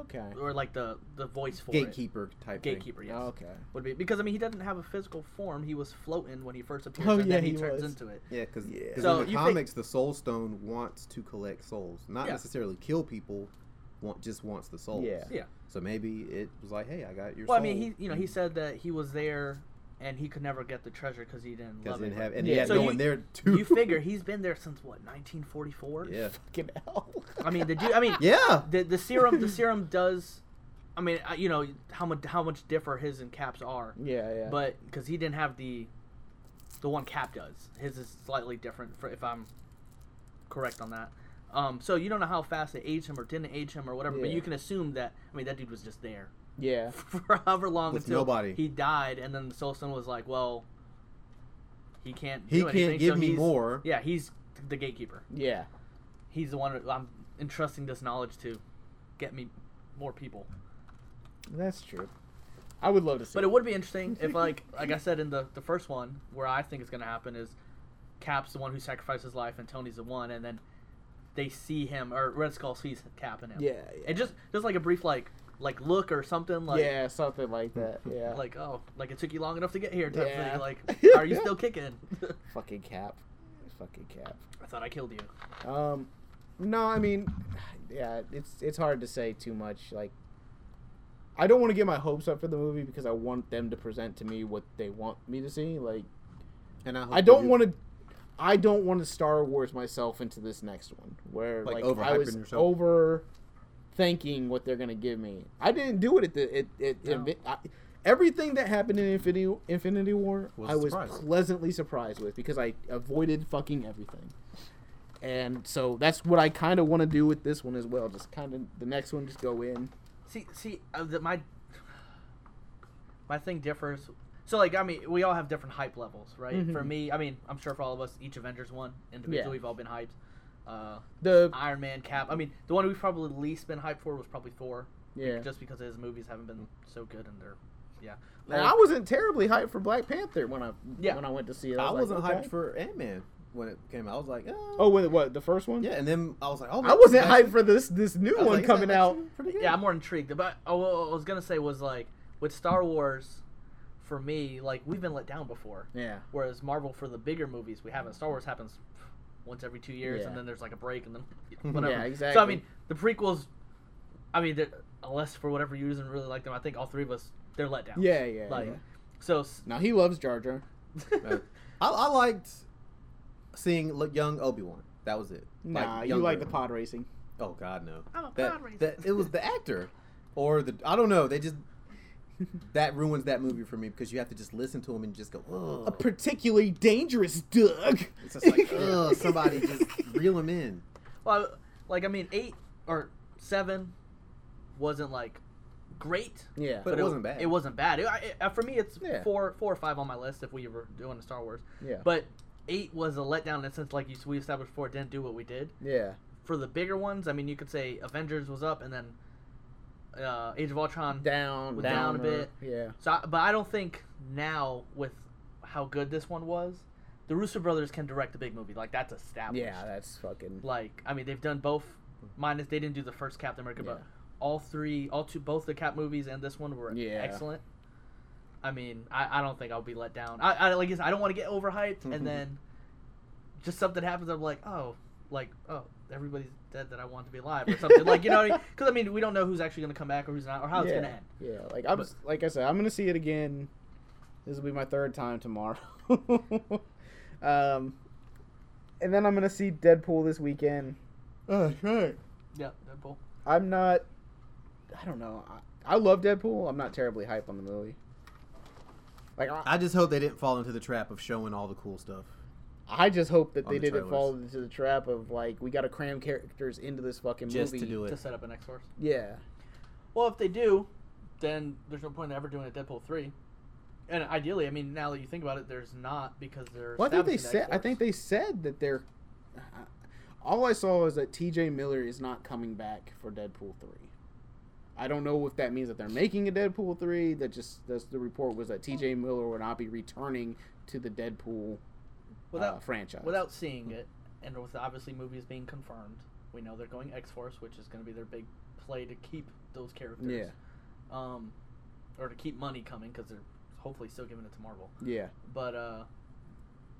S1: Okay.
S3: or like the the voice for it.
S2: Gatekeeper Oh, type. thing.
S3: Gatekeeper, yes.
S1: Okay.
S3: would be because I mean he doesn't have a physical form. He was floating when he first appears,
S1: Oh,
S3: and
S1: yeah,
S3: then he,
S1: he
S3: turns
S1: was.
S3: into it.
S2: Yeah, because
S1: Yeah.
S3: So
S2: in the
S3: you think-
S2: comics, the Soul Stone wants to collect souls, not
S3: Yeah.
S2: necessarily kill people. Want just wants the souls.
S1: Yeah.
S3: Yeah.
S2: So maybe it was like, hey, I got your.
S3: Well, I
S2: soul.
S3: mean, he you know he said that he was there, and he could never get the treasure because he didn't
S2: because
S3: love
S2: didn't
S3: it.
S2: have, and
S1: Yeah.
S2: he had
S1: So
S2: no
S3: you-
S2: one there to.
S3: you figure he's been there since what 1944?
S2: yeah.
S1: Fucking hell.
S3: I mean, the dude. I mean,
S2: Yeah.
S3: the the serum the serum does. I mean, I- you know how much how much differ his and Cap's are,
S1: yeah, yeah.
S3: but because he didn't have the the one Cap does. His is slightly different. For, if I'm correct on that. Um, so you don't know how fast it aged him or didn't age him or whatever, but
S1: Yeah.
S3: you can assume that I mean that dude was just there
S1: yeah.
S3: for however long
S2: With
S3: until
S2: nobody.
S3: he died, and then the Soul Stone was like, well, he can't.
S2: He
S3: do
S2: can't
S3: anything,
S2: give
S3: so
S2: me
S3: he's-
S2: more.
S3: Yeah, he's the gatekeeper.
S1: Yeah.
S3: He's the one that I'm entrusting this knowledge to get me more people.
S1: That's true. I would love to see.
S3: But it would be interesting if, like, like I said in the the first one, where I think it's gonna happen is Cap's the one who sacrificed his life, and Tony's the one, and then they see him, or Red Skull sees Cap and him.
S1: Yeah, yeah.
S3: And just just like a brief like like look or something like
S1: yeah, something like that. Yeah.
S3: like oh like it took you long enough to get here type
S1: Yeah.
S3: thing. Like are you still kicking?
S1: fucking cap. Fucking cap.
S3: I thought I killed you.
S1: Um, no, I mean, yeah, it's it's hard to say too much. Like, I don't want to get my hopes up for the movie because I want them to present to me what they want me to see. Like,
S2: And I, hope
S1: I
S2: they
S1: don't
S2: do,
S1: want to. I don't want to Star Wars myself into this next one where
S2: Like,
S1: like, I
S2: overhyping
S1: was
S2: yourself?
S1: over thinking what they're gonna give me. I didn't do it at the it, it,
S3: No.
S1: it- I, everything that happened in Infinity Infinity War
S2: Was
S1: I was
S2: surprised.
S1: pleasantly surprised with because I avoided fucking everything. And so that's what I kind of want to do with this one as well. Just kind of the next one, just go in.
S3: See, see, uh, the, my my thing differs. So, like, I mean, we all have different hype levels, right?
S1: Mhm.
S3: For me, I mean, I'm sure for all of us, each Avengers one individually,
S1: Yeah.
S3: we've all been hyped. Uh,
S1: The
S3: Iron Man, Cap. I mean, the one we've probably least been hyped for was probably Thor,
S1: yeah,
S3: just because his movies haven't been so good and they're, yeah.
S1: and I wasn't terribly hyped for Black Panther when I
S3: Yeah.
S1: when I went to see it.
S2: I
S1: was
S2: wasn't
S1: like, okay.
S2: hyped for Ant Man when it came out. I was like, oh,
S1: Oh, wait, what the first one?
S2: yeah. And then I was like, oh,
S1: I wasn't hyped for this this new one coming out.
S2: Pretty good.
S3: Yeah, I'm more intrigued. But oh, what I was gonna say was like with Star Wars, for me, like we've been let down before.
S1: Yeah,
S3: Whereas Marvel for the bigger movies, we haven't. Star Wars happens once every two years,
S1: Yeah.
S3: and then there's like a break, and then whatever.
S1: Yeah,
S3: So I
S1: exactly.
S3: mean, the prequels. I mean, they're- unless for whatever reason really like them, I think all three of us they're let down.
S1: yeah, yeah.
S3: Like,
S1: yeah.
S3: so. s-
S1: Now he loves Jar Jar.
S2: Uh, I, I liked seeing li- young Obi Wan. That was it.
S1: Nah, you
S2: younger.
S1: like the pod racing.
S2: Oh God, no.
S3: I'm a
S2: that,
S3: pod racer.
S2: that it was the actor, or the I don't know. They just that ruins that movie for me because you have to just listen to him and just go. Ugh.
S1: A particularly dangerous Doug.
S2: It's just like, ugh, somebody just reel him in.
S3: Well, like I mean, eight or seven wasn't like great.
S1: Yeah,
S2: But it wasn't bad.
S3: It wasn't bad. It, I- for me, it's
S2: Yeah.
S3: four, four or five on my list if we were doing a Star Wars.
S1: yeah,
S3: But eight was a letdown in a sense, like you we established before, it didn't do what we did.
S1: yeah,
S3: For the bigger ones, I mean, you could say Avengers was up, and then uh, Age of Ultron.
S1: down,
S3: With down a
S1: or-
S3: bit.
S1: Yeah,
S3: So, I, but I don't think now with how good this one was, the Russo brothers can direct a big movie. Like that's established.
S1: yeah, that's fucking.
S3: Like I mean, they've done both. Minus they didn't do the first Captain America, but
S1: Yeah.
S3: all three, all two, both the Cap movies and this one were
S1: Yeah.
S3: excellent. I mean, I, I don't think I'll be let down. I, I like I said, I don't want to get overhyped
S1: Mm-hmm.
S3: and then just something happens. I'm like, oh, like oh, everybody's dead that I want to be alive or something. like you know, because I, mean? 'Cause, I mean, we don't know who's actually gonna come back or who's not or how
S1: yeah,
S3: it's gonna end.
S1: Yeah, like I'm,
S3: But-
S1: like I said, I'm gonna see it again. This will be my third time tomorrow. um, and then I'm gonna see Deadpool this weekend.
S2: Oh, right.
S3: Yeah, Deadpool.
S1: I'm not. I don't know. I, I love Deadpool. I'm not terribly hyped on the movie. Like I,
S2: I just hope they didn't fall into the trap of showing all the cool stuff.
S1: I just hope that
S2: On
S1: they
S2: the
S1: didn't
S2: trailers.
S1: fall into the trap of like we got to cram characters into this fucking
S2: Just
S1: movie
S2: to do it.
S3: To set up an X Force.
S1: Yeah,
S3: Well, if they do, then there's no point in ever doing a Deadpool three. And ideally, I mean, now that you think about it, there's not because they're.
S1: well, I think they
S3: establishing
S1: said.
S3: the
S1: I think they said that they're. uh, All I saw is that T.J. Miller is not coming back for Deadpool three. I don't know if that means that they're making a Deadpool three. That just that's the report was that T.J. Miller will not be returning to the Deadpool
S3: X-Force.
S1: uh,
S3: without
S1: franchise.
S3: without seeing it, and with obviously movies being confirmed, we know they're going X Force, which is going to be their big play to keep those characters. Yeah. Um, or to keep money coming because they're hopefully still giving it to Marvel.
S1: yeah,
S3: But uh,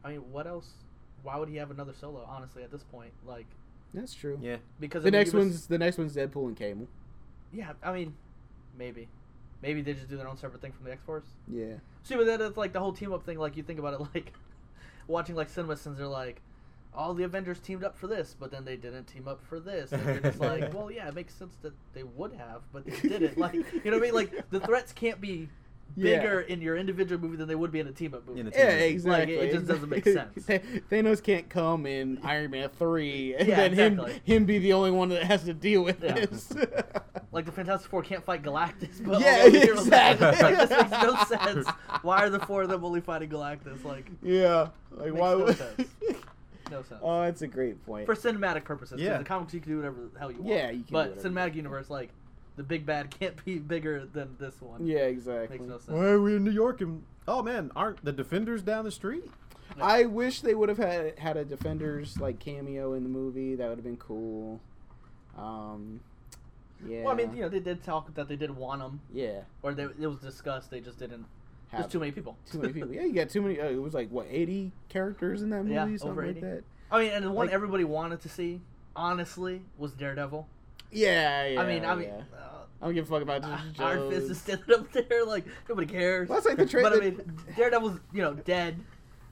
S3: I mean, what else? Why would he have another solo? Honestly, at this point, like
S1: that's true.
S2: Yeah.
S3: because
S1: The
S3: I mean,
S1: next
S3: he was-
S1: one's the next one's Deadpool and Cable.
S3: Yeah, I mean, maybe, maybe they just do their own separate thing from the X Force.
S1: Yeah.
S3: See, but then it's like the whole team up thing. Like you think about it, like watching like CinemaSins, they're like, all the Avengers teamed up for this, but then they didn't team up for this. And you're just like, well, yeah, it makes sense that they would have, but they didn't. Like, you know what I mean? Like the threats can't be
S1: Yeah.
S3: bigger in your individual movie than they would be in a team up movie.
S2: In a team-
S1: Yeah,
S2: Like, it-
S1: exactly.
S3: it just doesn't make
S1: Exactly. Thanos can't come in Iron Man three, and then him
S3: exactly.
S1: him be the only one that has to deal with
S3: Yeah.
S1: this.
S3: like the Fantastic Four can't fight Galactus, but
S1: Yeah,
S3: all the heroes-
S1: exactly.
S3: like, this makes no sense. Why are the four of them only fighting Galactus? Like
S1: yeah, like
S3: Makes
S1: why
S3: no
S1: would?
S3: sense. no sense.
S1: oh, that's a great point.
S3: for cinematic purposes. 'cause
S2: Yeah.
S3: the comics you can do whatever the hell you want.
S1: Yeah, you can do
S3: But
S1: whatever you
S3: cinematic universe, like the big bad can't be bigger than this one.
S1: yeah, exactly.
S3: makes no sense.
S2: Well, we're in New York and oh man, aren't the defenders down the street?
S1: I wish they would have had had a Defenders like cameo in the movie. That would have been cool. Um, yeah.
S3: Well, I mean, you know, they did talk that they did want them,
S1: yeah.
S3: or they, it was discussed. They just didn't.
S1: Have
S3: There's too many people.
S1: too many people. Yeah, you got too many. Uh, it was like what eighty characters in that movie,
S3: Yeah,
S1: something
S3: over
S1: like
S3: 80.
S1: that.
S3: I mean, and the one
S1: Like-
S3: everybody wanted to see, honestly, was Daredevil.
S1: Yeah, yeah.
S3: I mean, I mean,
S1: yeah.
S3: uh,
S1: I don't give a fuck about
S3: uh,
S1: this.
S3: Iron Fist is standing up there like nobody cares.
S1: Well, that's like the trailer.
S3: but I mean, Daredevil's you know dead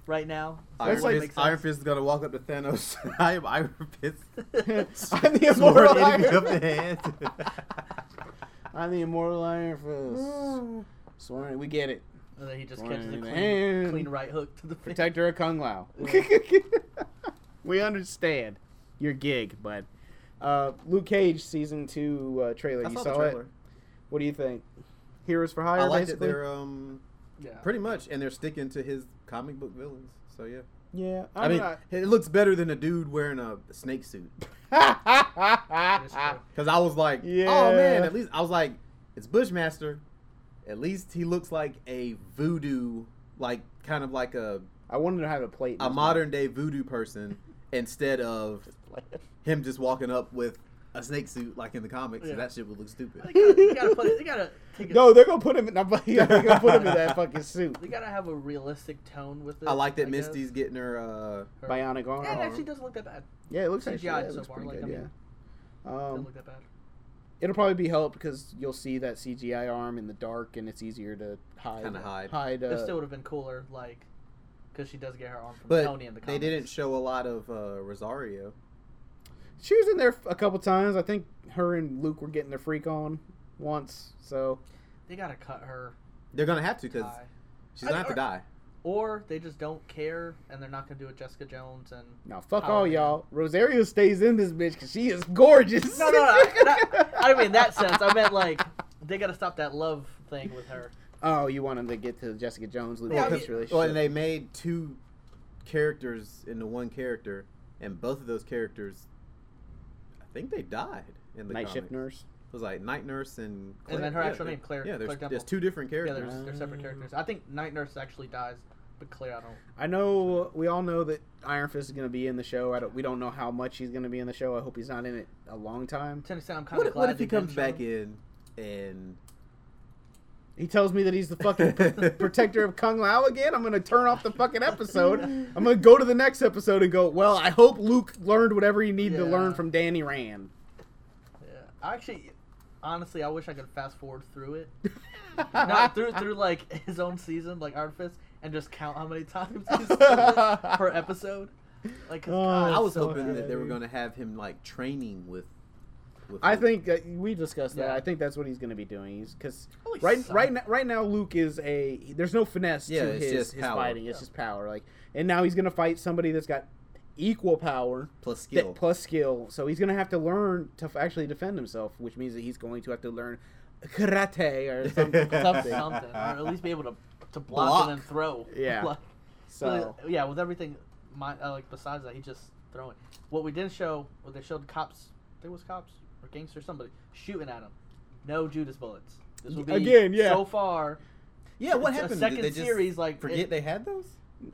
S3: right now. so
S1: That's
S2: Iron,
S3: it
S1: like-
S2: Fist,
S3: makes sense.
S2: Iron Fist is gonna walk up to Thanos. I am Iron Fist.
S1: I'm the
S2: Sword
S1: immortal
S2: enemy
S1: Iron.
S2: of the hand.
S1: I'm the immortal Iron Fist. Sworn, we get it.
S3: And then he just
S1: One
S3: catches a
S1: in the
S3: clean,
S1: hand.
S3: clean right hook to the face.
S1: Protector of Kung Lao. we understand your gig, but uh, Luke Cage season two uh, trailer.
S2: I
S1: you
S2: saw
S1: saw,
S2: the
S1: it.
S2: trailer.
S1: What do you think? Heroes for Hire.
S2: I like that
S1: basically?
S3: uh,
S2: they're um
S3: Yeah.
S2: pretty much, and they're sticking to his comic book villains. So yeah,
S1: Yeah,
S2: i mean, it lan looks better than a dude wearing a snake suit.
S3: It's true.
S2: Cause I was like,
S1: Yeah.
S2: oh man, at least I was like, it's Bushmaster. At least he looks like a voodoo, like kind of like a
S1: I wanted to have a plate. in
S2: a
S1: this
S2: modern day voodoo person instead of
S1: one.
S2: him just walking up with a snake suit like in the comics.
S3: Yeah.
S2: And that shit would look stupid.
S3: They gotta, they gotta put it. They gotta take a,
S1: No, they're gonna put him in. They're gonna put him in that fucking suit.
S3: They gotta have a realistic tone with it.
S2: I like that
S3: guess.
S2: Misty's getting her. uh,
S3: Her-
S1: Bionic arm.
S3: Yeah, it actually doesn't look that bad.
S1: Yeah, it looks
S3: CGI
S1: actually yeah, it
S3: so
S1: looks
S3: far,
S1: pretty
S3: like,
S1: good.
S3: I mean,
S1: yeah.
S3: doesn't
S1: Um,
S3: look that bad.
S1: it'll probably be helped because you'll see that CGI arm in the dark, and it's easier to hide.
S2: Kinda hide.
S1: Hide.
S3: It
S1: Uh,
S3: still would have been cooler, like, because she does get her arm from
S2: But
S3: Tony in the
S2: They
S3: comics.
S2: didn't show a lot of uh, Rosario.
S1: she was in there a couple times. I think her and Luke were getting their freak on once. So
S3: They gotta cut her
S2: They're gonna have to because
S3: tie,
S2: she's gonna have to die.
S3: or they just don't care and they're not gonna do it. Jessica Jones and
S1: now, fuck
S3: Oh,
S1: all
S3: man.
S1: y'all. Rosario stays in this bitch because she is gorgeous.
S3: no, no, no. not, I don't mean in that sense. I meant like they gotta stop that love thing with her.
S1: Oh, you want him to get to Jessica Jones, Luke
S3: Yeah, I
S1: Cage
S3: mean-
S1: relationship?
S2: Well, and they made two characters into one character, and both of those characters, I think they died in the
S1: Night
S2: comics.
S1: shift nurse.
S2: It was like Night Nurse and Claire.
S3: And then her
S2: Yeah,
S3: actual
S2: they-
S3: name, Claire-
S2: Yeah, there's,
S3: Claire
S2: there's
S3: Temple.
S2: two different
S3: Yeah,
S2: characters.
S3: they're, they're separate
S1: Oh.
S3: characters. I think Night Nurse actually dies, but Claire, I don't.
S1: I know we all know that Iron Fist is going to be in the show. I don't, we don't know how much he's going to be in the show. I hope he's not in it a long time.
S3: To an extent, I'm kind
S2: what,
S3: of
S2: if-
S3: glad.
S2: what if he
S3: they didn't
S2: comes
S3: show
S2: back
S3: him.
S2: in and
S1: He tells me that he's the fucking protector of Kung Lao again. I'm going to turn off the fucking episode. I'm going to go to the next episode and go, well, I hope Luke learned whatever he needed to
S3: Yeah.
S1: learn from Danny Rand.
S3: Yeah. I actually, honestly, I wish I could fast forward through it. not through through like his own season, like Iron Fist, and just count how many times he's done this per episode. Like, 'cause,
S1: Oh,
S3: God,
S2: I
S1: That's
S2: was
S1: so
S2: hoping that they were
S1: good.
S2: going to have him like training with. with
S1: I
S2: Luke.
S1: think that we discussed that.
S3: Yeah. Oh,
S1: I think that's what he's going to be doing. He's because
S3: Holy
S1: right,
S3: son.
S1: right, now, right now, Luke is a. There's no finesse
S2: Yeah,
S1: to
S2: it's
S1: his,
S2: just
S1: his
S2: power.
S1: fighting. It's
S3: Yeah.
S1: just power. Like, and now he's going to fight somebody that's got equal power
S2: plus
S1: that-
S2: skill.
S1: plus skill. So he's going to have to learn to f- actually defend himself, which means that he's going to have to learn karate or some,
S3: something,
S1: something.
S3: something, or at least be able to to block,
S2: Block.
S3: and then throw.
S1: Yeah.
S3: Like,
S1: So
S3: yeah, with everything, my uh, like besides that, he just throwing. What we didn't show, what they showed cops, I think it was cops or gangsters, somebody shooting at him. No Judas bullets. This will be
S1: Again, yeah.
S3: So far,
S2: yeah, what
S3: a
S2: happened? Did
S3: second
S2: they just
S3: series, like,
S2: forget
S3: it-
S2: they had those.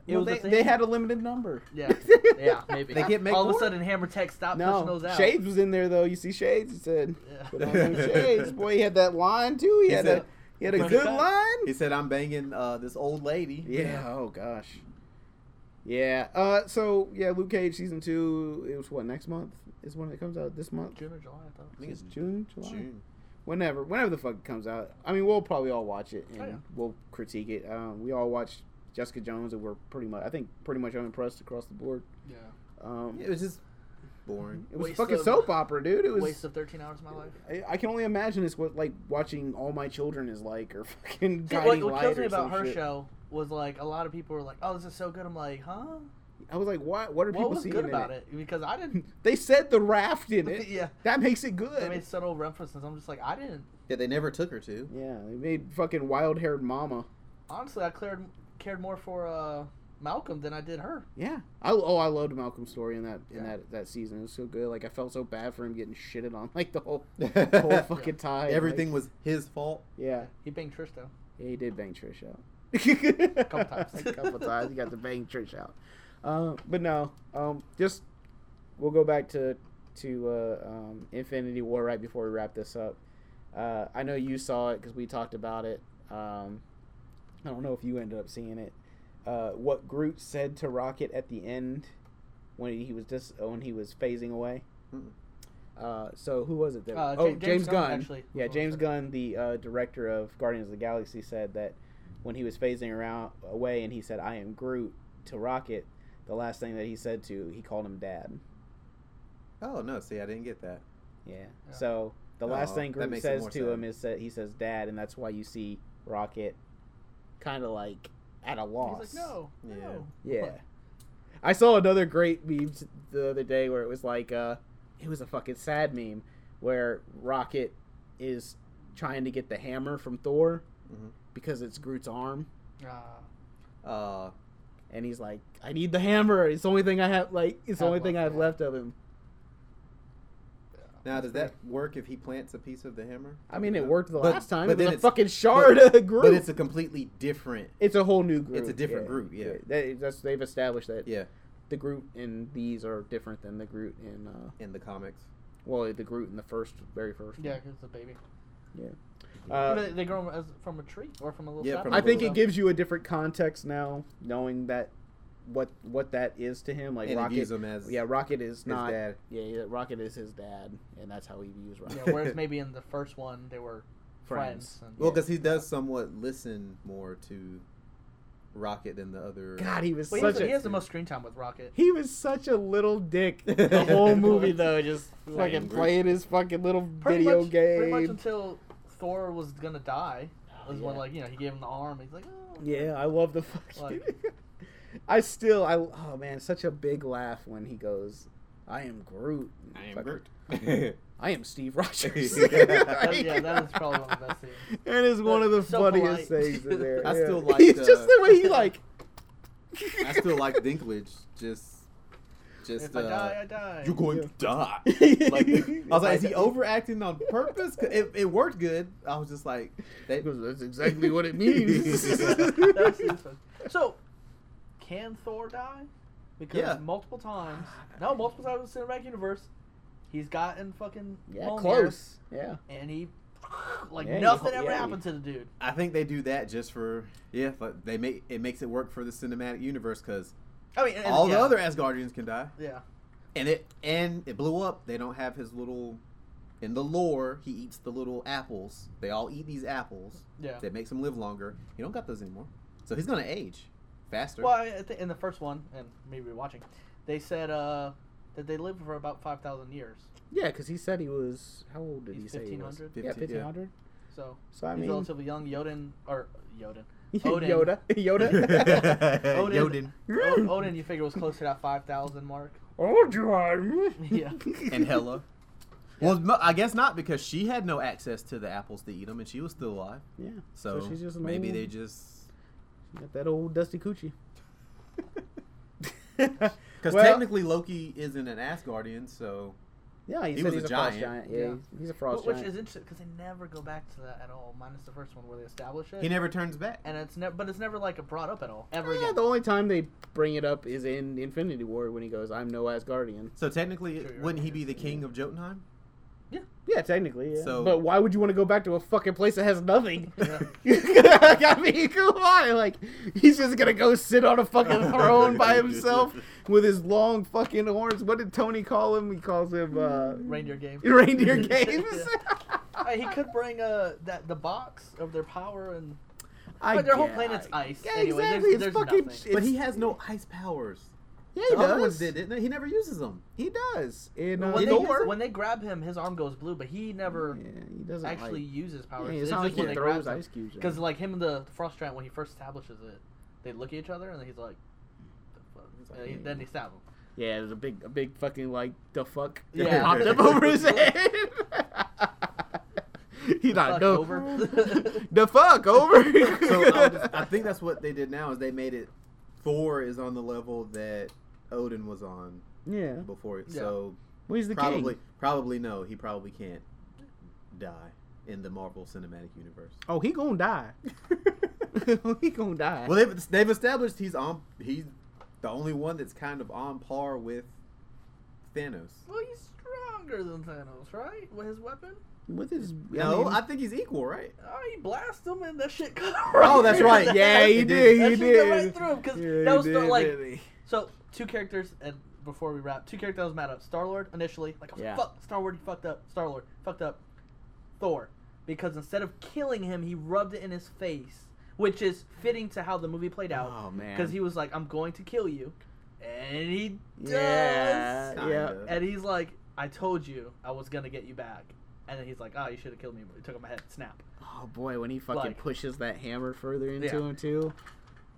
S3: it
S1: well,
S3: was a
S1: they,
S3: thing.
S1: they had a limited number.
S3: yeah, yeah, maybe
S2: They can't make
S3: all of
S2: more?
S3: a sudden. Hammer Tech stopped pushing
S1: No,
S3: those out.
S1: Shades was in there though. You see, Shades he said.
S3: Yeah.
S1: Put on them shades, boy. He had that line too. He,
S2: He
S1: had
S2: said-
S1: a he had a
S3: Right.
S1: good line.
S2: He said, "I'm banging uh, this old lady."
S1: Yeah. Oh gosh. Yeah. Uh. So yeah, Luke Cage season two. It was what next month is when it comes out. This month.
S3: June or July, I thought.
S2: I think it's
S1: June, July,
S2: June.
S1: whenever, whenever the fuck it comes out. I mean, we'll probably all watch it and
S3: Oh, yeah.
S1: we'll critique it. Um, we all watched Jessica Jones and we're pretty much, I think, pretty much unimpressed across the board.
S3: Yeah.
S1: Um,
S2: It was just boring.
S1: it was
S3: Waste
S1: fucking
S3: of-
S1: soap opera, dude. It was.
S3: Waste of 13 hours of my life.
S1: I, I can only imagine it's what like watching All My Children is like, or fucking
S3: See,
S1: Guiding
S3: what, what
S1: Light
S3: kills me
S1: or some
S3: about her
S1: shit.
S3: show was like a lot of people were like, "Oh, this is so good." I'm like, "Huh?
S1: I was like, what? What are
S3: What
S1: people
S3: was
S1: seeing
S3: good
S1: in
S3: about
S1: it?
S3: it?" Because I didn't.
S1: They said the raft in it.
S3: yeah,
S1: That makes it good.
S3: they made subtle references. I'm just like, I didn't.
S2: Yeah, they never took her to.
S1: Yeah, they made fucking wild haired mama.
S3: Honestly, I cleared, cared more for uh, Malcolm than I did her.
S1: Yeah. I oh I loved Malcolm's story in that in
S3: Yeah.
S1: that that season. It was so good. Like I felt so bad for him getting shitted on like the whole the whole fucking time.
S2: Everything
S1: Like,
S2: was his fault.
S1: yeah.
S3: He banged Trish though.
S1: yeah. He did bang Trish out. a
S3: Couple times.
S1: a couple times. You got the bang church out. Um, but no, um, just we'll go back to to uh, um, Infinity War right before we wrap this up. Uh, I know you saw it because we talked about it. Um, I don't know if you ended up seeing it. Uh, what Groot said to Rocket at the end when he was just when he was phasing away.
S2: Mm-mm.
S1: Uh, so who was it that?
S3: Uh,
S1: oh,
S3: Ja-
S1: James,
S3: James Gunn,
S1: Gunn.
S3: actually.
S1: yeah,
S3: Oh,
S1: James
S3: sorry.
S1: Gunn, the uh, director of Guardians of the Galaxy, said that when he was phasing around away, and he said, "I am Groot" to Rocket. The last thing that he said to he called him Dad.
S2: Oh no, see, I didn't get that.
S1: Yeah.
S3: Yeah.
S1: So the last
S2: Oh,
S1: thing
S2: that
S1: Groot
S2: makes it
S1: says
S2: more
S1: to
S2: sad.
S1: him is that he says "Dad," and that's why you see Rocket kind of like at a loss.
S3: He's like, no,
S2: Yeah.
S3: no.
S1: Yeah. I saw another great meme t- the other day where it was like, uh, it was a fucking sad meme where Rocket is trying to get the hammer from Thor
S2: Mhm.
S1: because it's Groot's arm.
S3: Ah.
S2: Uh,
S1: And he's like, I need the hammer. It's the only thing I have, like, it's the
S3: Have
S1: only thing I have
S3: left, yeah.
S1: left of him.
S2: now does
S1: That's
S2: that work if he plants a piece of the hammer?
S1: I mean, it worked the
S2: But-
S1: last time.
S2: but
S1: It was
S2: then
S1: a
S2: it's-
S1: fucking shard of Groot.
S2: But it's a completely different.
S1: It's a whole new group.
S2: It's a different Groot, yeah.
S1: That, that's, they've established that
S2: Yeah,
S1: the Groot in these are different than the Groot in, uh,
S2: in the comics.
S1: well, the Groot in the first, very first. one.
S3: Yeah, because it's a baby.
S1: Uh,
S3: But they grow as, from a tree or from a little
S2: Yeah,
S3: sapling?
S2: from a
S1: I think
S2: Probably.
S1: it gives you a different context now, knowing that what what that is to him. Like
S2: and he
S1: Rocket,
S2: views him as
S1: yeah, Rocket is
S2: his
S1: not.
S2: dad.
S1: Yeah, yeah, Rocket is his dad, and that's how he views Rocket.
S3: Yeah, whereas maybe in the first one they were friends. and,
S2: Well, because he does somewhat listen more to Rocket than the other.
S1: God, he was
S3: Well, he, has,
S1: such
S3: he
S1: a
S3: has the most screen time with Rocket.
S1: he was such a little dick the whole movie though, just
S2: Playing
S1: fucking
S2: Groot.
S1: playing his fucking little
S3: Pretty
S1: video
S3: much, Pretty much
S1: game.
S3: until Thor was gonna die. was
S1: Oh,
S3: when
S1: yeah.
S3: like you know he gave him the arm. He's like, oh.
S1: Yeah, I love the fucking.
S3: Like-
S1: I still, I oh man, such a big laugh when he goes, "I am Groot." Fucking-
S2: Groot.
S1: I am Steve Rogers.
S2: Yeah.
S3: That- yeah, that is probably one of the best scenes.
S1: That is one of the
S3: So
S1: funniest
S3: polite.
S1: things in there.
S2: I
S1: yeah.
S2: still like,
S1: He's
S2: uh,
S1: just the way he like.
S2: I still like Dinklage. Just, just.
S3: If
S2: uh,
S3: I die, I die.
S2: You're going to die. Like, I was like, is he overacting on purpose? 'Cause It, it worked good. I was just like, that,
S1: Because that's exactly what it means.
S3: That was the episode. so, can Thor die? Because
S2: Yeah.
S3: multiple times, no, multiple times in the cinematic universe, he's gotten fucking
S1: yeah,
S3: Mjolnir,
S1: close. Yeah.
S3: and he like
S1: Yeah, he-
S3: nothing ever
S1: yeah, he-
S3: happened to the dude.
S2: I think they do that just for yeah, but they make it makes it work for the cinematic universe because
S3: I mean, and-
S2: all
S3: yeah,
S2: the other Asgardians can die,
S3: yeah,
S2: and it and it blew up. They don't have his little in the lore. He eats the little apples. They all eat these apples
S3: yeah.
S2: that makes him live longer. He don't got those anymore, so he's gonna age faster.
S3: Well, I I think in the first one, and maybe watching, they said uh, that they lived for about five thousand years.
S1: Yeah, because he said he was. How old did
S3: He's
S1: he say he was?
S3: 1500?
S1: yeah,
S2: 15, yeah.
S1: 1500.
S3: So
S1: So I
S3: he's
S1: mean,
S3: relatively young. Yoden or Yoden, Odin.
S1: Yoda. Yoda.
S2: Yoden.
S3: o- Odin, you figure was close to that five thousand mark.
S1: Oh, John.
S3: Yeah.
S2: and Hella. Well, no, I guess not because she had no access to the apples to eat them, and she was still alive.
S1: Yeah.
S2: So,
S1: she's just an
S2: maybe
S1: old-
S2: they just
S1: Got that old dusty coochie.
S2: Because
S1: Well-
S2: technically Loki isn't an Asgardian, so
S1: Yeah, he,
S2: He
S1: said
S2: was
S1: he's
S2: a
S1: a, frost
S2: giant.
S1: giant. Yeah,
S3: Yeah.
S1: He's, he's a frost
S3: Which
S1: giant.
S3: is interesting because they never go back to that at all, minus the first one where they establish it.
S2: he never turns back.
S3: and it's never, but it's never like brought up at all ever
S1: Yeah,
S3: again.
S1: the only time they bring it up is in Infinity War when he goes, "I'm no Asgardian."
S2: So technically,
S3: Sure, you're
S2: wouldn't he
S3: right.
S2: be the king of Jotunheim?
S1: Yeah, technically. Yeah.
S2: So-
S1: but why would you want to go back to a fucking place that has nothing?
S3: Yeah.
S1: I mean, come on! Like, he's just gonna go sit on a fucking throne by himself with his long fucking horns. What did Tony call him? He calls him uh,
S3: Reindeer game.
S1: reindeer games.
S3: Hey, he could bring uh that the box of their power and
S1: I
S3: But their whole
S1: guess.
S3: planet's ice.
S1: Yeah,
S3: Anyway, there's-
S1: exactly. it's
S3: there's
S1: fucking.
S3: nothing.
S2: but
S1: it's-
S2: he has no ice powers.
S1: Yeah,
S2: The
S1: he
S2: other ones
S1: does.
S2: did, didn't they? He never uses them.
S1: He does. In uh,
S3: when, they,
S1: Thor.
S3: when they grab him, his arm goes blue, but he never
S1: Yeah, he doesn't
S3: actually
S1: Like,
S3: uses powers.
S1: yeah, it's not like
S3: just when
S1: he
S3: they grab
S1: throws
S3: him.
S1: ice cubes. at
S3: Because
S1: him.
S3: like him and the, the frost giant, when he first establishes it, they look at each other and then he's like, "The fuck?" And he- then they stab him.
S1: Yeah, there's a big, a big fucking like the fuck that
S3: Yeah.
S1: popped up over his head. he
S3: fuck
S1: not no
S3: over.
S1: the fuck over.
S2: So I, was- I think that's what they did now is they made it. Thor is on the level that Odin was on
S1: yeah,
S2: before,
S3: Yeah.
S2: so
S1: well, he's the
S2: probably,
S1: king.
S2: probably no, he probably can't die in the Marvel Cinematic Universe.
S1: Oh, he gonna die. we gonna die.
S2: Well, they've, they've established he's on. He's the only one that's kind of on par with Thanos.
S3: Well, he's stronger than Thanos, right? With his weapon?
S1: With his
S2: No,
S1: mean-
S2: I think he's equal, right?
S3: Oh, he blasts him and that shit cut
S2: Oh, that's
S3: through
S2: right.
S3: his
S1: yeah,
S3: head.
S1: he
S2: He
S1: did.
S2: did.
S1: He
S3: That shit
S1: did.
S3: went right through him because
S1: Yeah,
S3: that
S1: he
S3: was the,
S1: did,
S3: like
S1: didn't he?
S3: so two characters and before we wrap, two characters I was mad at Star Lord initially like I was like,
S1: Yeah.
S3: fuck Star Lord you fucked up Star Lord fucked up Thor because instead of killing him he rubbed it in his face which is fitting to how the movie played out
S2: Oh man,
S3: because he was like I'm going to kill you and he does
S1: Yeah,
S2: Kinda.
S1: yeah.
S3: and he's like I told you I was gonna get you back and then he's like oh you should have killed me but you took out my head snap
S1: Oh boy, when he fucking
S3: Like-
S1: pushes that hammer further into
S3: Yeah.
S1: him too,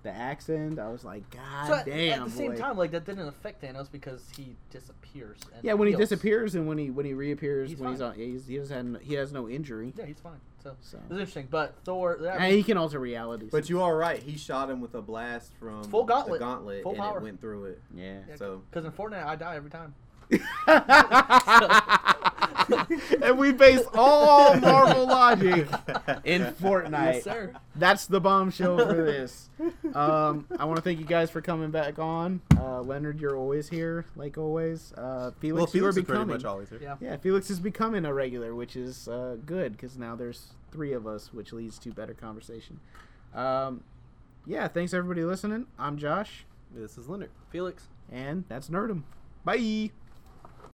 S1: the accent. I was like, God
S3: So at,
S1: Ah, damn,
S3: at the same
S1: boy.
S3: time, like that didn't affect Thanos because he disappears. And
S1: yeah, when he
S3: heals.
S1: disappears and when he when he reappears
S3: He's
S1: when he's
S3: fine.
S1: on, he's, he doesn't he has no injury.
S3: yeah, he's fine. So it
S1: So
S3: was interesting, but Thor, that,
S1: and he can alter reality.
S2: But you are right. He shot him with a blast from
S3: Full gauntlet.
S2: the gauntlet,
S3: Full
S2: and
S3: power.
S2: it went through it.
S1: yeah.
S2: So
S3: because in Fortnite I die every time.
S1: and we base all Marvel logic in Fortnite.
S3: Yes, sir.
S1: That's the bombshell for this. Um, I want to thank you guys for coming back on. Uh, Leonard, you're always here, like always. Uh, Felix,
S2: well, Felix
S1: you
S2: is
S1: are
S2: pretty
S1: becoming.
S2: much always here.
S3: Yeah.
S1: Yeah, Felix is becoming a regular, which is uh, good because now there's three of us, which leads to better conversation. Um, yeah, thanks everybody listening. I'm Josh,
S2: This is Leonard.
S3: Felix.
S1: and that's Nerdum. Bye.